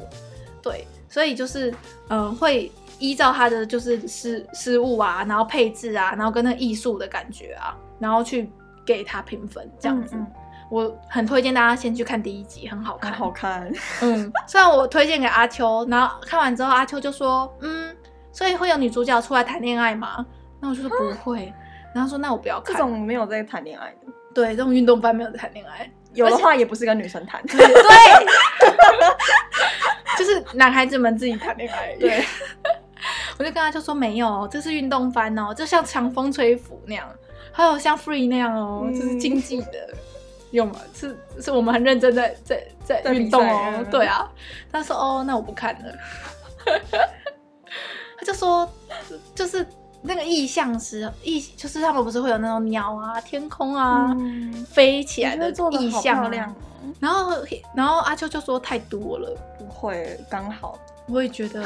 [SPEAKER 1] 对，所以就是嗯、呃会依照他的就是失失误啊，然后配置啊，然后跟那个艺术的感觉啊，然后去给他评分这样子。
[SPEAKER 2] 嗯嗯
[SPEAKER 1] 我很推荐大家先去看第一集，很好
[SPEAKER 2] 很
[SPEAKER 1] 看。
[SPEAKER 2] 啊好 看。
[SPEAKER 1] 嗯， 虽然我推荐给阿秋，然后看完之后阿秋就说，嗯，所以会有女主角出来谈恋爱吗？那我就说不会，然后说那我不要
[SPEAKER 2] 这
[SPEAKER 1] 看。
[SPEAKER 2] 种没有在谈恋爱的，
[SPEAKER 1] 对这种运动番没有谈恋爱，
[SPEAKER 2] 有的话也不是跟女生谈。
[SPEAKER 1] 对， 就是男孩子们自己谈恋爱。
[SPEAKER 2] 对，
[SPEAKER 1] 我就跟他就说没有，这是运动番哦，就像强风吹拂那样，还有像 free 那样哦，
[SPEAKER 2] 嗯
[SPEAKER 1] 这是竞技的。有吗？是是我们很认真在在在
[SPEAKER 2] 在比赛
[SPEAKER 1] 运动哦
[SPEAKER 2] 嗯，
[SPEAKER 1] 对啊。他说哦，那我不看了。 他就说，就是那个意象是意，就是他们不是会有那种鸟啊、天空啊、
[SPEAKER 2] 嗯
[SPEAKER 1] 飞起
[SPEAKER 2] 我
[SPEAKER 1] 来
[SPEAKER 2] 觉
[SPEAKER 1] 的
[SPEAKER 2] 得做的
[SPEAKER 1] 意
[SPEAKER 2] 好
[SPEAKER 1] 象、
[SPEAKER 2] 漂
[SPEAKER 1] 啊，
[SPEAKER 2] 亮哦，
[SPEAKER 1] 然后，然后阿秋就说太多了，
[SPEAKER 2] 不会刚好。
[SPEAKER 1] 我也觉 得。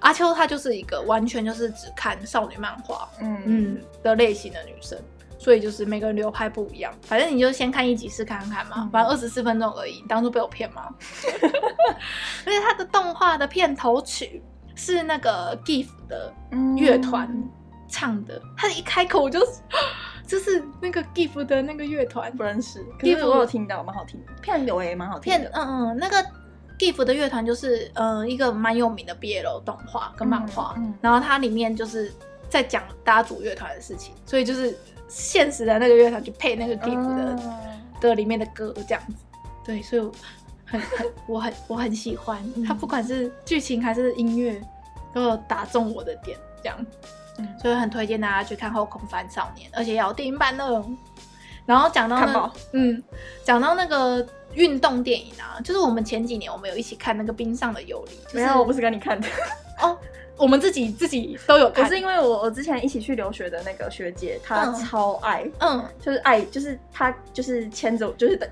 [SPEAKER 1] 阿秋她就是一个完全就是只看少女漫画，
[SPEAKER 2] 嗯
[SPEAKER 1] 嗯的类型的女生，所以就是每个人流派不一样。反正你就先看一集试看看嘛，
[SPEAKER 2] 嗯
[SPEAKER 1] 反正二十四分钟而已，你当初被我骗吗？而且它的动画的片头曲是那个 GIF 的
[SPEAKER 2] 嗯
[SPEAKER 1] 乐团唱的，他一开口我就 就是那个 GIF 的那个乐团，
[SPEAKER 2] 不认识，可
[SPEAKER 1] 第
[SPEAKER 2] 是
[SPEAKER 1] 五
[SPEAKER 2] 我有听到，蛮好听的。片流也蛮好听
[SPEAKER 1] 片
[SPEAKER 2] 的，
[SPEAKER 1] 嗯嗯，那个 GIF 的乐团就是呃一个蛮有名的 BL 动画跟漫画，
[SPEAKER 2] 嗯嗯
[SPEAKER 1] 然后它里面就是在讲大家组乐团的事情，所以就是现实的那个乐团去配那个 GIF
[SPEAKER 2] 嗯
[SPEAKER 1] 的、的里面的歌这样子，对，所以我很很我很我很喜欢
[SPEAKER 2] 嗯
[SPEAKER 1] 它，不管是剧情还是音乐都有打中我的点，这样，
[SPEAKER 2] 嗯
[SPEAKER 1] 所以很推荐大家去看《后空翻少年》，而且要有电影版的哦。然后讲到
[SPEAKER 2] 看
[SPEAKER 1] 那
[SPEAKER 2] 吧，
[SPEAKER 1] 嗯，讲到那个运动电影啊，就是我们前几年我们有一起看那个《冰上的尤里》，就是
[SPEAKER 2] 没有，我不是跟你看的，
[SPEAKER 1] 哦，我们自己自己都有
[SPEAKER 2] 我
[SPEAKER 1] 看，
[SPEAKER 2] 是因为我我之前一起去留学的那个学姐，她
[SPEAKER 1] 嗯
[SPEAKER 2] 超爱，
[SPEAKER 1] 嗯，
[SPEAKER 2] 就是爱，就是她就是牵着我，就是等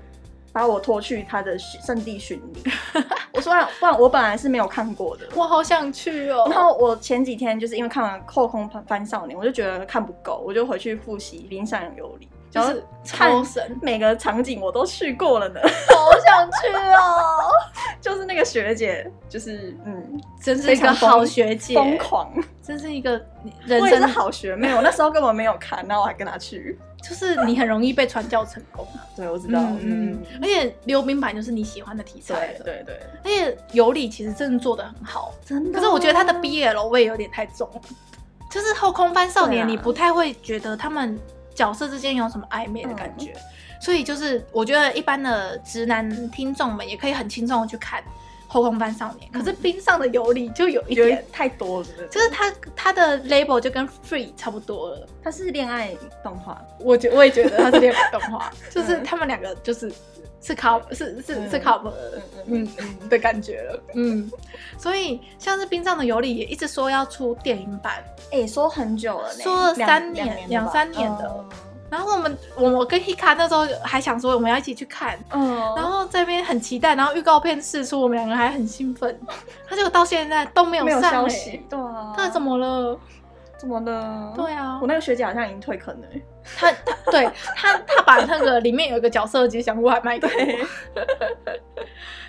[SPEAKER 2] 把我拖去她的巡圣地巡礼。 我说然不然我本来是没有看过的，
[SPEAKER 1] 我好想去哦。
[SPEAKER 2] 然后我前几天就是因为看完《后空翻翻少年》，我就觉得看不够，我就回去复习《冰上有礼》，
[SPEAKER 1] 就
[SPEAKER 2] 然后
[SPEAKER 1] 是
[SPEAKER 2] 看
[SPEAKER 1] 超神，
[SPEAKER 2] 每个场景我都去过了呢。
[SPEAKER 1] 好想去哦！
[SPEAKER 2] 就是那个学姐，就是嗯，
[SPEAKER 1] 真是一个好学姐，
[SPEAKER 2] 疯狂，
[SPEAKER 1] 真是一个人
[SPEAKER 2] 我也是
[SPEAKER 1] 生，
[SPEAKER 2] 好学妹。我那时候根本没有看，那我还跟她去。
[SPEAKER 1] 就是你很容易被传教成功。啊
[SPEAKER 2] 对，我知道，嗯，
[SPEAKER 1] 而且溜冰板就是你喜欢的题材
[SPEAKER 2] 对
[SPEAKER 1] 了。
[SPEAKER 2] 对对，
[SPEAKER 1] 而且尤里其实真的做的很好，
[SPEAKER 2] 真
[SPEAKER 1] 可是我觉得他的哦 BL 味有点太重了，就是后空翻少年，
[SPEAKER 2] 对啊
[SPEAKER 1] 你不太会觉得他们角色之间有什么暧昧的感觉，
[SPEAKER 2] 嗯
[SPEAKER 1] 所以就是我觉得一般的直男听众们也可以很轻松的去看后空翻少年，可是冰上的尤里就有一
[SPEAKER 2] 嗯 有
[SPEAKER 1] 点，
[SPEAKER 2] 点太多了，就
[SPEAKER 1] 就是他他的 label 就跟 free 差不多了，
[SPEAKER 2] 她是恋爱动画，
[SPEAKER 1] 我觉我也觉得他是恋爱动画， 就是他们两个就是是 couple 是是是
[SPEAKER 2] 嗯
[SPEAKER 1] couple 的
[SPEAKER 2] 嗯
[SPEAKER 1] 嗯嗯
[SPEAKER 2] 嗯，
[SPEAKER 1] 的感觉了，嗯，所以像是冰上的尤里也一直说要出电影版，
[SPEAKER 2] 哎，说很久了呢，
[SPEAKER 1] 说了
[SPEAKER 2] 两
[SPEAKER 1] 三
[SPEAKER 2] 两
[SPEAKER 1] 年
[SPEAKER 2] 了
[SPEAKER 1] 两
[SPEAKER 2] 吧
[SPEAKER 1] 三年的
[SPEAKER 2] 嗯
[SPEAKER 1] 然后我们我我跟 Hika 那时候还想说我们要一起去看，
[SPEAKER 2] 嗯，
[SPEAKER 1] 然
[SPEAKER 2] 然后
[SPEAKER 1] 后这边很期待，然后预告片试出，我们两个还很兴 奋，他结果到现在都没有哦
[SPEAKER 2] 没有
[SPEAKER 1] 上、欸、
[SPEAKER 2] 消息，，对啊，
[SPEAKER 1] 到底怎么了？
[SPEAKER 2] 怎么了？
[SPEAKER 1] 对啊
[SPEAKER 2] 我，那个学姐好像已经退坑了欸，
[SPEAKER 1] 他他对他他把那个里面有一个角色的吉祥物还卖给我，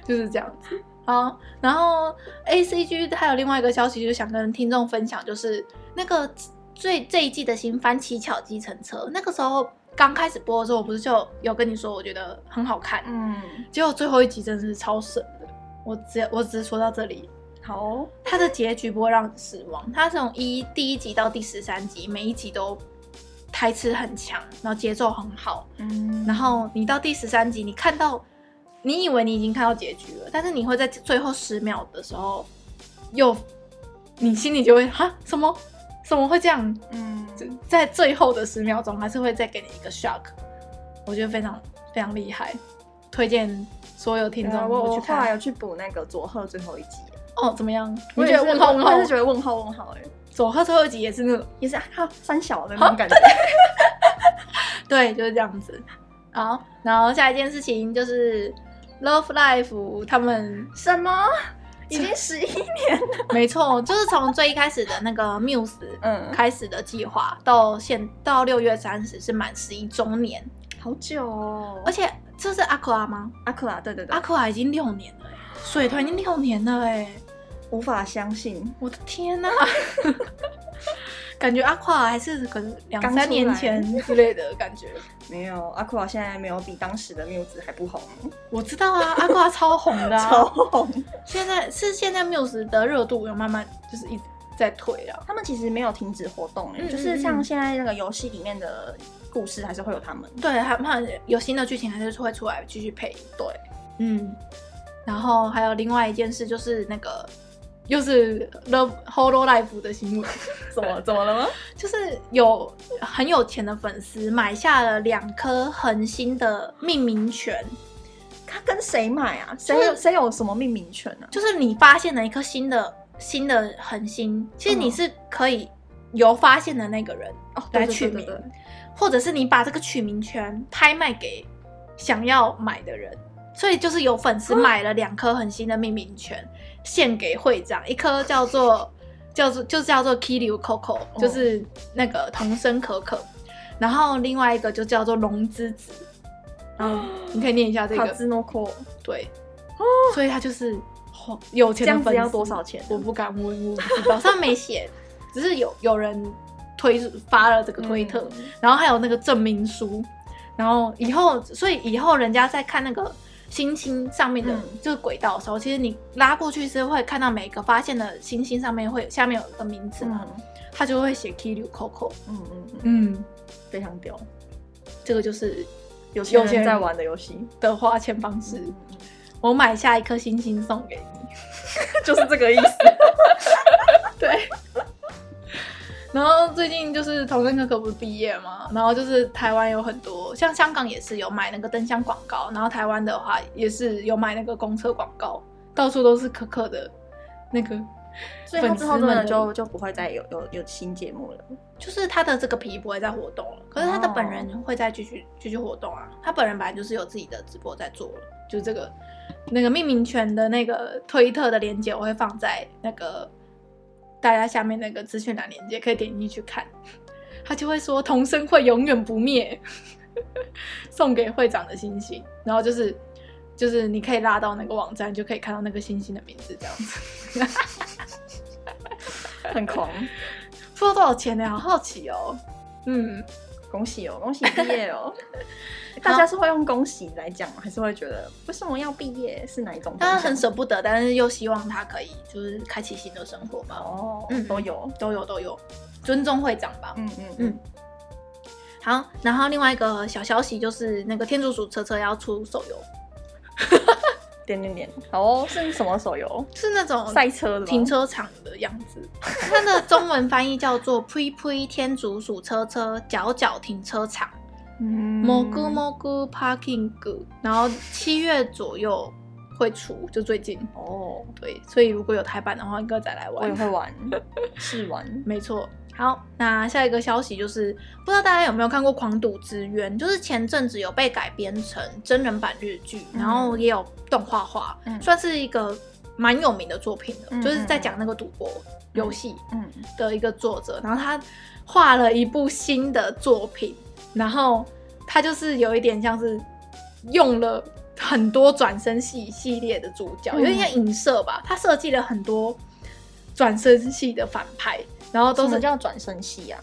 [SPEAKER 1] 就是这样子。好，然后 A C G 还有另外一个消息，就是想跟听众分享，就是那个最这一季的新番《乞巧计程车》，那个时候刚开始播的时候，我不是就有跟你说，我觉得很好看，
[SPEAKER 2] 嗯，
[SPEAKER 1] 结果最后一集真的是超神的。我只我只是说到这里，
[SPEAKER 2] 好哦，
[SPEAKER 1] 它的结局不会让你失望。它从一第一集到第十三集，每一集都台词很强，然后节奏很好。
[SPEAKER 2] 嗯
[SPEAKER 1] 然后你到第十三集，你看到你以为你已经看到结局了，但是你会在最后十秒的时候，又你心里就会哈什么怎么会这样？
[SPEAKER 2] 嗯，
[SPEAKER 1] 在最后的十秒钟，还是会再给你一个 shock。我觉得非常非常厉害，推荐所有听
[SPEAKER 2] 对啊
[SPEAKER 1] 众
[SPEAKER 2] 我
[SPEAKER 1] 都去
[SPEAKER 2] 我后来
[SPEAKER 1] 看。
[SPEAKER 2] 有去补那个佐贺最后一集，
[SPEAKER 1] 哦，怎么样？
[SPEAKER 2] 我
[SPEAKER 1] 你
[SPEAKER 2] 也
[SPEAKER 1] 觉得
[SPEAKER 2] 是
[SPEAKER 1] 问号问号
[SPEAKER 2] 我也？是觉得问号问号哎，
[SPEAKER 1] 左后最后一集也是那种。
[SPEAKER 2] 也是啊哈三小的那种感觉，，
[SPEAKER 1] 对，就是这样子。好，然后下一件事情就是 Love Life 他们
[SPEAKER 2] 什么？ 已经十一，
[SPEAKER 1] 没错，就是从最一开始的那个 Muse
[SPEAKER 2] 嗯，
[SPEAKER 1] 开始的计划，到现到六月三十是满十一周年，
[SPEAKER 2] 好久哦，啊
[SPEAKER 1] 而且这是阿克拉吗？
[SPEAKER 2] 阿克拉，对对对
[SPEAKER 1] 阿，克拉已经六年了、欸，水团已经六年了哎、
[SPEAKER 2] 无法相信，
[SPEAKER 1] 我的天 呐、感觉阿垮还是可能两
[SPEAKER 2] 刚
[SPEAKER 1] 三
[SPEAKER 2] 出
[SPEAKER 1] 年
[SPEAKER 2] 来
[SPEAKER 1] 前之类的感觉。
[SPEAKER 2] 没有阿库拉现在没有比当时的缪子还不红，
[SPEAKER 1] 我知道啊，阿垮超红的、啊，
[SPEAKER 2] 超红。
[SPEAKER 1] 现在是现在 Muse 的热度有慢慢就是一直在退啊。
[SPEAKER 2] 他们其实没有停止活动欸
[SPEAKER 1] 嗯
[SPEAKER 2] 就是像现在那个游戏里面的故事还是会有他们。
[SPEAKER 1] 对，他们有新的剧情还是会出来继续配。对，嗯。然后还有另外一件事就是那个，又是 Love Holo Life 的新闻，
[SPEAKER 2] 怎么怎么了吗？
[SPEAKER 1] 就是有很有钱的粉丝买下了两颗恒星的命名权，
[SPEAKER 2] 他跟谁买啊？
[SPEAKER 1] 就
[SPEAKER 2] 谁
[SPEAKER 1] 是
[SPEAKER 2] 有谁有什么命名权啊？
[SPEAKER 1] 就是你发现了一颗新的新的恒星，其实你是可以由发现的那个人。
[SPEAKER 2] 哦
[SPEAKER 1] 来取名，或者是你把这个取名权拍卖给想要买的人。所以就是有粉丝买了两颗恒星的命名权，献给会长，一颗叫做 叫做就叫做 Kiryu Coco，就是
[SPEAKER 2] 哦
[SPEAKER 1] 那个童声可可，然后另外一个就叫做龙之子。然后你可以念一下这
[SPEAKER 2] 卡
[SPEAKER 1] 个，
[SPEAKER 2] 兹诺科
[SPEAKER 1] 对，所以他就是哦有
[SPEAKER 2] 哦这
[SPEAKER 1] 钱的
[SPEAKER 2] 样
[SPEAKER 1] 粉丝
[SPEAKER 2] 子要多少钱啊？
[SPEAKER 1] 我不敢问，我不知道，上面没写，只是有有人推发了这个推特，
[SPEAKER 2] 嗯
[SPEAKER 1] 然后还有那个证明书，然后以后，所以以后人家在看那个星星上面的，
[SPEAKER 2] 嗯
[SPEAKER 1] 就是轨道的时候，其实你拉过去是会看到每个发现的星星上面会下面有一个名字嘛，
[SPEAKER 2] 嗯
[SPEAKER 1] 他就会写 Kiryu Coco，
[SPEAKER 2] 嗯嗯嗯，
[SPEAKER 1] 嗯，
[SPEAKER 2] 非常屌，
[SPEAKER 1] 这个就是
[SPEAKER 2] 有些
[SPEAKER 1] 有钱人
[SPEAKER 2] 人在玩的游戏
[SPEAKER 1] 的花钱方式。
[SPEAKER 2] 嗯嗯
[SPEAKER 1] 我买下一颗星星送给你，
[SPEAKER 2] 嗯 就是这个意思。
[SPEAKER 1] 对。然后最近就是童声可可不是毕业嘛，然后就是台湾有很多像香港也是有买那个灯箱广告，然后台湾的话也是有买那个公车广告，到处都是可可的那个
[SPEAKER 2] 所以他
[SPEAKER 1] 粉
[SPEAKER 2] 之
[SPEAKER 1] 丝
[SPEAKER 2] 后
[SPEAKER 1] 们
[SPEAKER 2] 真
[SPEAKER 1] 的
[SPEAKER 2] 的就就不会再有有有新节目了。
[SPEAKER 1] 就是他的这个皮不会再活动了，可是他的
[SPEAKER 2] 哦
[SPEAKER 1] 本人会再继续继续活动啊。他本人本来就是有自己的直播在做了，就这个那个命名权的那个推特的链接，我会放在那个大家下面那个资讯栏链接，可以点进去看。他就会说同生会永远不灭， 送给会长的星星，然后就是就是你可以拉到那个网站，就可以看到那个星星的名字这样子。
[SPEAKER 2] 很狂，
[SPEAKER 1] 付了多少钱呢？好好奇哦。嗯，
[SPEAKER 2] 恭喜哦，恭 喜毕业哦！大家是会用恭喜来讲吗？还是会觉得为什么要毕业？是哪一种？
[SPEAKER 1] 当然很舍不得，但是又希望他可以就是开启新的生活吧。
[SPEAKER 2] 哦，
[SPEAKER 1] 嗯
[SPEAKER 2] 都有，
[SPEAKER 1] 都有都有，尊重会长吧。
[SPEAKER 2] 嗯嗯
[SPEAKER 1] 嗯好，然后另外一个小消息就是那个天竺鼠车车要出手游，
[SPEAKER 2] 点点点，好哦，是什么手游？
[SPEAKER 1] 是那种
[SPEAKER 2] 赛车的吗
[SPEAKER 1] 哦停，车场的样子。它的中文翻译叫做 “pre pre 天竺鼠车车角角停车场”。
[SPEAKER 2] 嗯
[SPEAKER 1] 蘑菇蘑菇 Parking 然后七月左右会出，就最近。
[SPEAKER 2] 哦，
[SPEAKER 1] 对，所以如果有台版的话，应该再来
[SPEAKER 2] 我
[SPEAKER 1] 玩
[SPEAKER 2] 也。会玩，试玩。
[SPEAKER 1] 没错。好，那下一个消息就是，不知道大家有没有看过《狂赌之渊》，就是前阵子有被改编成真人版日剧，
[SPEAKER 2] 嗯
[SPEAKER 1] 然后也有动画化，
[SPEAKER 2] 嗯
[SPEAKER 1] 算是一个蛮有名的作品了，
[SPEAKER 2] 嗯
[SPEAKER 1] 就是在讲那个赌博游戏
[SPEAKER 2] 嗯，
[SPEAKER 1] 的一个作者，然后他画了一部新的作品，然后他就是有一点像是用了很多转身系系列的主角，
[SPEAKER 2] 嗯
[SPEAKER 1] 有点像影射吧，他设计了很多转身系的反派。然后
[SPEAKER 2] 都
[SPEAKER 1] 都
[SPEAKER 2] 是
[SPEAKER 1] 是
[SPEAKER 2] 叫转身戏啊。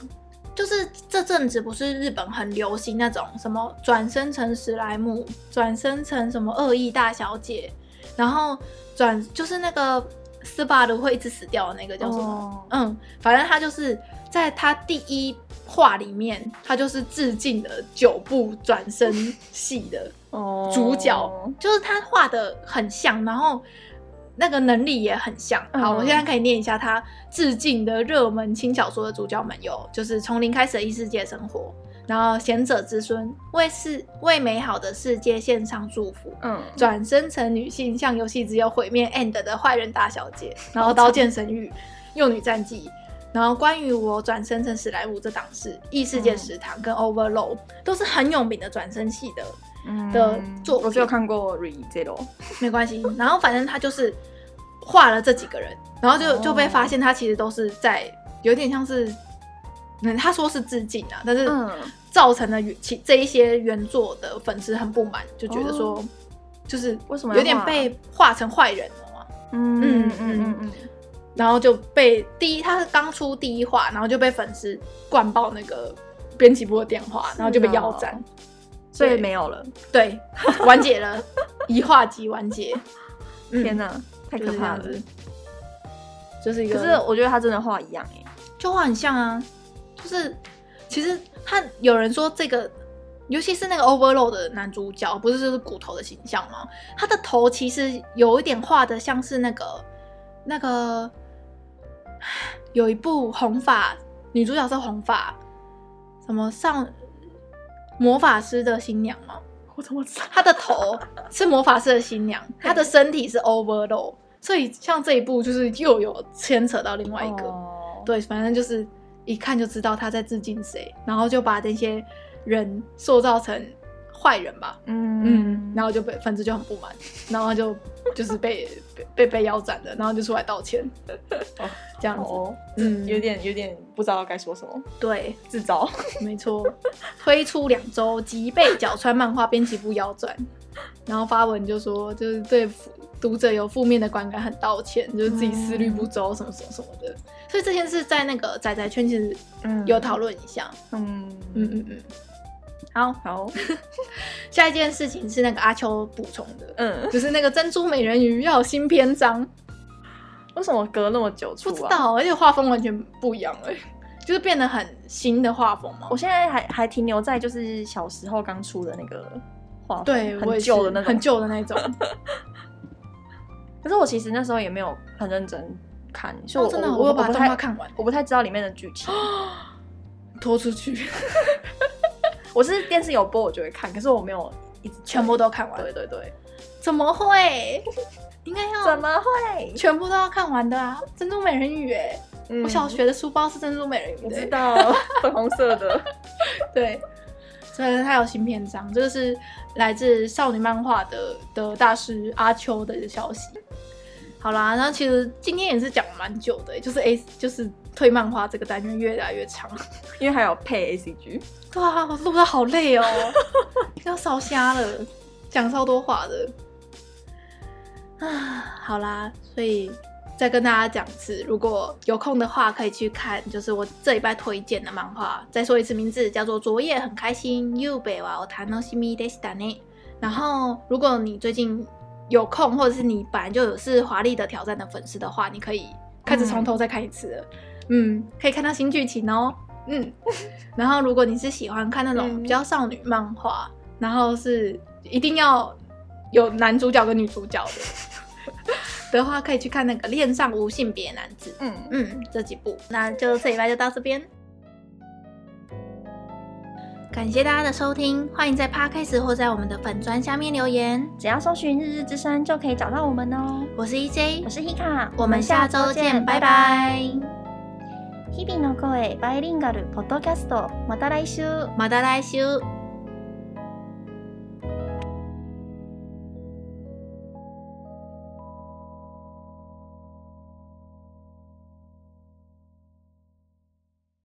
[SPEAKER 1] 就是这阵子不是日本很流行那种什么转身成史莱姆，转身成什么恶意大小姐，然后转就是那个斯巴鲁会一直死掉的那个叫什么？
[SPEAKER 2] 哦
[SPEAKER 1] 嗯，反正他就是在他第一话里面，他就是致敬了九部转身戏的
[SPEAKER 2] 哦
[SPEAKER 1] 主角，就是他画的很像，然后那个能力也很像。好，
[SPEAKER 2] 嗯
[SPEAKER 1] 我现在可以念一下他致敬的热门轻小说的主角们有，就是从零开始的异世界生活，然后贤者之孙，为世为美好的世界献上祝福。
[SPEAKER 2] 嗯，
[SPEAKER 1] 转身成女性，像游戏只有毁灭 end 的坏人大小姐，然后刀剑神域、 幼女战记，然后关于我转身成史莱姆这档事、异世界食堂跟 Overload 都是很有名的转身系的的作品
[SPEAKER 2] 嗯我只有看过 Re Zero，
[SPEAKER 1] 没关 系。然后反正他就是画了这几个人，然后就
[SPEAKER 2] 哦
[SPEAKER 1] 就被发现他其实都是在有点像是，嗯，他说是致敬啊，但是
[SPEAKER 2] 嗯
[SPEAKER 1] 造成了原其这一些原作的粉丝很不满，就觉得说、
[SPEAKER 2] 哦
[SPEAKER 1] 就是
[SPEAKER 2] 为什么要画啊
[SPEAKER 1] 有点被画成坏人了嘛。
[SPEAKER 2] 嗯
[SPEAKER 1] 嗯
[SPEAKER 2] 嗯嗯嗯，
[SPEAKER 1] 然后就被第一，他是刚出第一话，然后就被粉丝灌爆那个编辑部的电话，
[SPEAKER 2] 哦
[SPEAKER 1] 然后就被腰斩，
[SPEAKER 2] 所以没有了。
[SPEAKER 1] 对，完结了，一话集完结。嗯
[SPEAKER 2] 天哪，太
[SPEAKER 1] 就是
[SPEAKER 2] 可
[SPEAKER 1] 这
[SPEAKER 2] 怕
[SPEAKER 1] 样
[SPEAKER 2] 了。
[SPEAKER 1] 子，就是一个，
[SPEAKER 2] 可是我觉得他真的画一样哎，
[SPEAKER 1] 就画很像啊，就是其实他有人说这个，尤其是那个 Overload 的男主角，不是就是骨头的形象吗？他的头其实有一点画的像是那个那个有一部红发女主角是红发，什么上魔法师的新娘吗？
[SPEAKER 2] 我怎么知道？
[SPEAKER 1] 她的头是魔法师的新 娘，她的身体是 Overload，所以像这一部就是又有牵扯到另外一个。
[SPEAKER 2] 哦，
[SPEAKER 1] 对，反正就是一看就知道他在致敬谁，然后就把那些人塑造成坏人吧，嗯，
[SPEAKER 2] 嗯，
[SPEAKER 1] 然后就被粉丝就很不满，然后就就是被被被被腰斩了，然后就出来道歉，
[SPEAKER 2] 哦
[SPEAKER 1] 这样子，
[SPEAKER 2] 哦，
[SPEAKER 1] 嗯，
[SPEAKER 2] 有点有点不知道该说什么，
[SPEAKER 1] 对，
[SPEAKER 2] 自招。
[SPEAKER 1] 没错，推出两周即被角川漫画编辑部腰斩，然后发文就说就是对读者有负面的观感很道歉，就是自己思虑
[SPEAKER 2] 哦
[SPEAKER 1] 不周什么什么什么的，所以这件事在那个仔仔圈其实
[SPEAKER 2] 嗯
[SPEAKER 1] 有讨论一下，
[SPEAKER 2] 嗯
[SPEAKER 1] 嗯
[SPEAKER 2] 嗯，
[SPEAKER 1] 嗯嗯，好，
[SPEAKER 2] 好，
[SPEAKER 1] 下一件事情是那个阿秋补充的，
[SPEAKER 2] 嗯，
[SPEAKER 1] 就是那个珍珠美人鱼要有新篇章，
[SPEAKER 2] 为什么隔那么久出
[SPEAKER 1] 不
[SPEAKER 2] 啊？
[SPEAKER 1] 知。道，而且画风完全不一样哎、就是变得很新的画风嘛
[SPEAKER 2] 我。现在还还停留在就是小时候刚出的那个画风，
[SPEAKER 1] 对，我
[SPEAKER 2] 很
[SPEAKER 1] 也是
[SPEAKER 2] 旧的那种，
[SPEAKER 1] 很。旧的那 种。
[SPEAKER 2] 可是我其实那时候也没有很认真看，所以
[SPEAKER 1] 哦
[SPEAKER 2] 我、
[SPEAKER 1] 真的，
[SPEAKER 2] 我
[SPEAKER 1] 我有
[SPEAKER 2] 我
[SPEAKER 1] 把
[SPEAKER 2] 不
[SPEAKER 1] 动
[SPEAKER 2] 太
[SPEAKER 1] 画看完，
[SPEAKER 2] 我不太知道里面的剧情，
[SPEAKER 1] 拖出去。
[SPEAKER 2] 我是电视有播我就会看，可是我没有一直追
[SPEAKER 1] 全部。都看完，
[SPEAKER 2] 对对对，
[SPEAKER 1] 怎么 会？应该要
[SPEAKER 2] 怎么会？
[SPEAKER 1] 全部都要看完的啊！珍珠美人鱼、欸，
[SPEAKER 2] 嗯
[SPEAKER 1] 我小学的书包是珍珠美人
[SPEAKER 2] 我
[SPEAKER 1] 鱼的、
[SPEAKER 2] 知
[SPEAKER 1] 欸，
[SPEAKER 2] 道 粉红色的，
[SPEAKER 1] 对。所以它有新篇章，这个是来自少女漫画的的大师阿秋的消息。好啦，那其实今天也是讲了蛮久的欸、就是 A 就是推漫画这个单元越来越长。
[SPEAKER 2] 因为还有配 A C G。
[SPEAKER 1] 对啊，我录到好累哦， 要烧瞎了，讲超多话的。啊，好啦，所以再跟大家讲次，如果有空的话，可以去看，就是我这礼拜推荐的漫画。再说一次名字，叫做《昨夜很开心》，Ube wa o t a n o s h i m i d e s t a n 然后，如果你最近有空，或者是你本来就有是《华丽的挑战》的粉丝的话，你可以开始从头再看一次了。嗯，可以看到新剧情哦。嗯， 然后如果你是喜欢看那种
[SPEAKER 2] 嗯
[SPEAKER 1] 比较少女漫画，然后是一定要有男主角跟女主角的 的话，可以去看那个《恋上无性别男子》。
[SPEAKER 2] 嗯，
[SPEAKER 1] 嗯，这几部，那就这礼拜就到这边。感谢大家的收听，欢迎在 Podcast 或在我们的粉砖下面留言。
[SPEAKER 3] 只要搜寻“日日之声”就可以找到我们哦。
[SPEAKER 1] 我是 EJ，
[SPEAKER 3] 我是 Hika，
[SPEAKER 1] 我们下周见，拜。拜。
[SPEAKER 3] 日々の声バイリンガルポッドキャストまた来週。
[SPEAKER 1] 马达来修。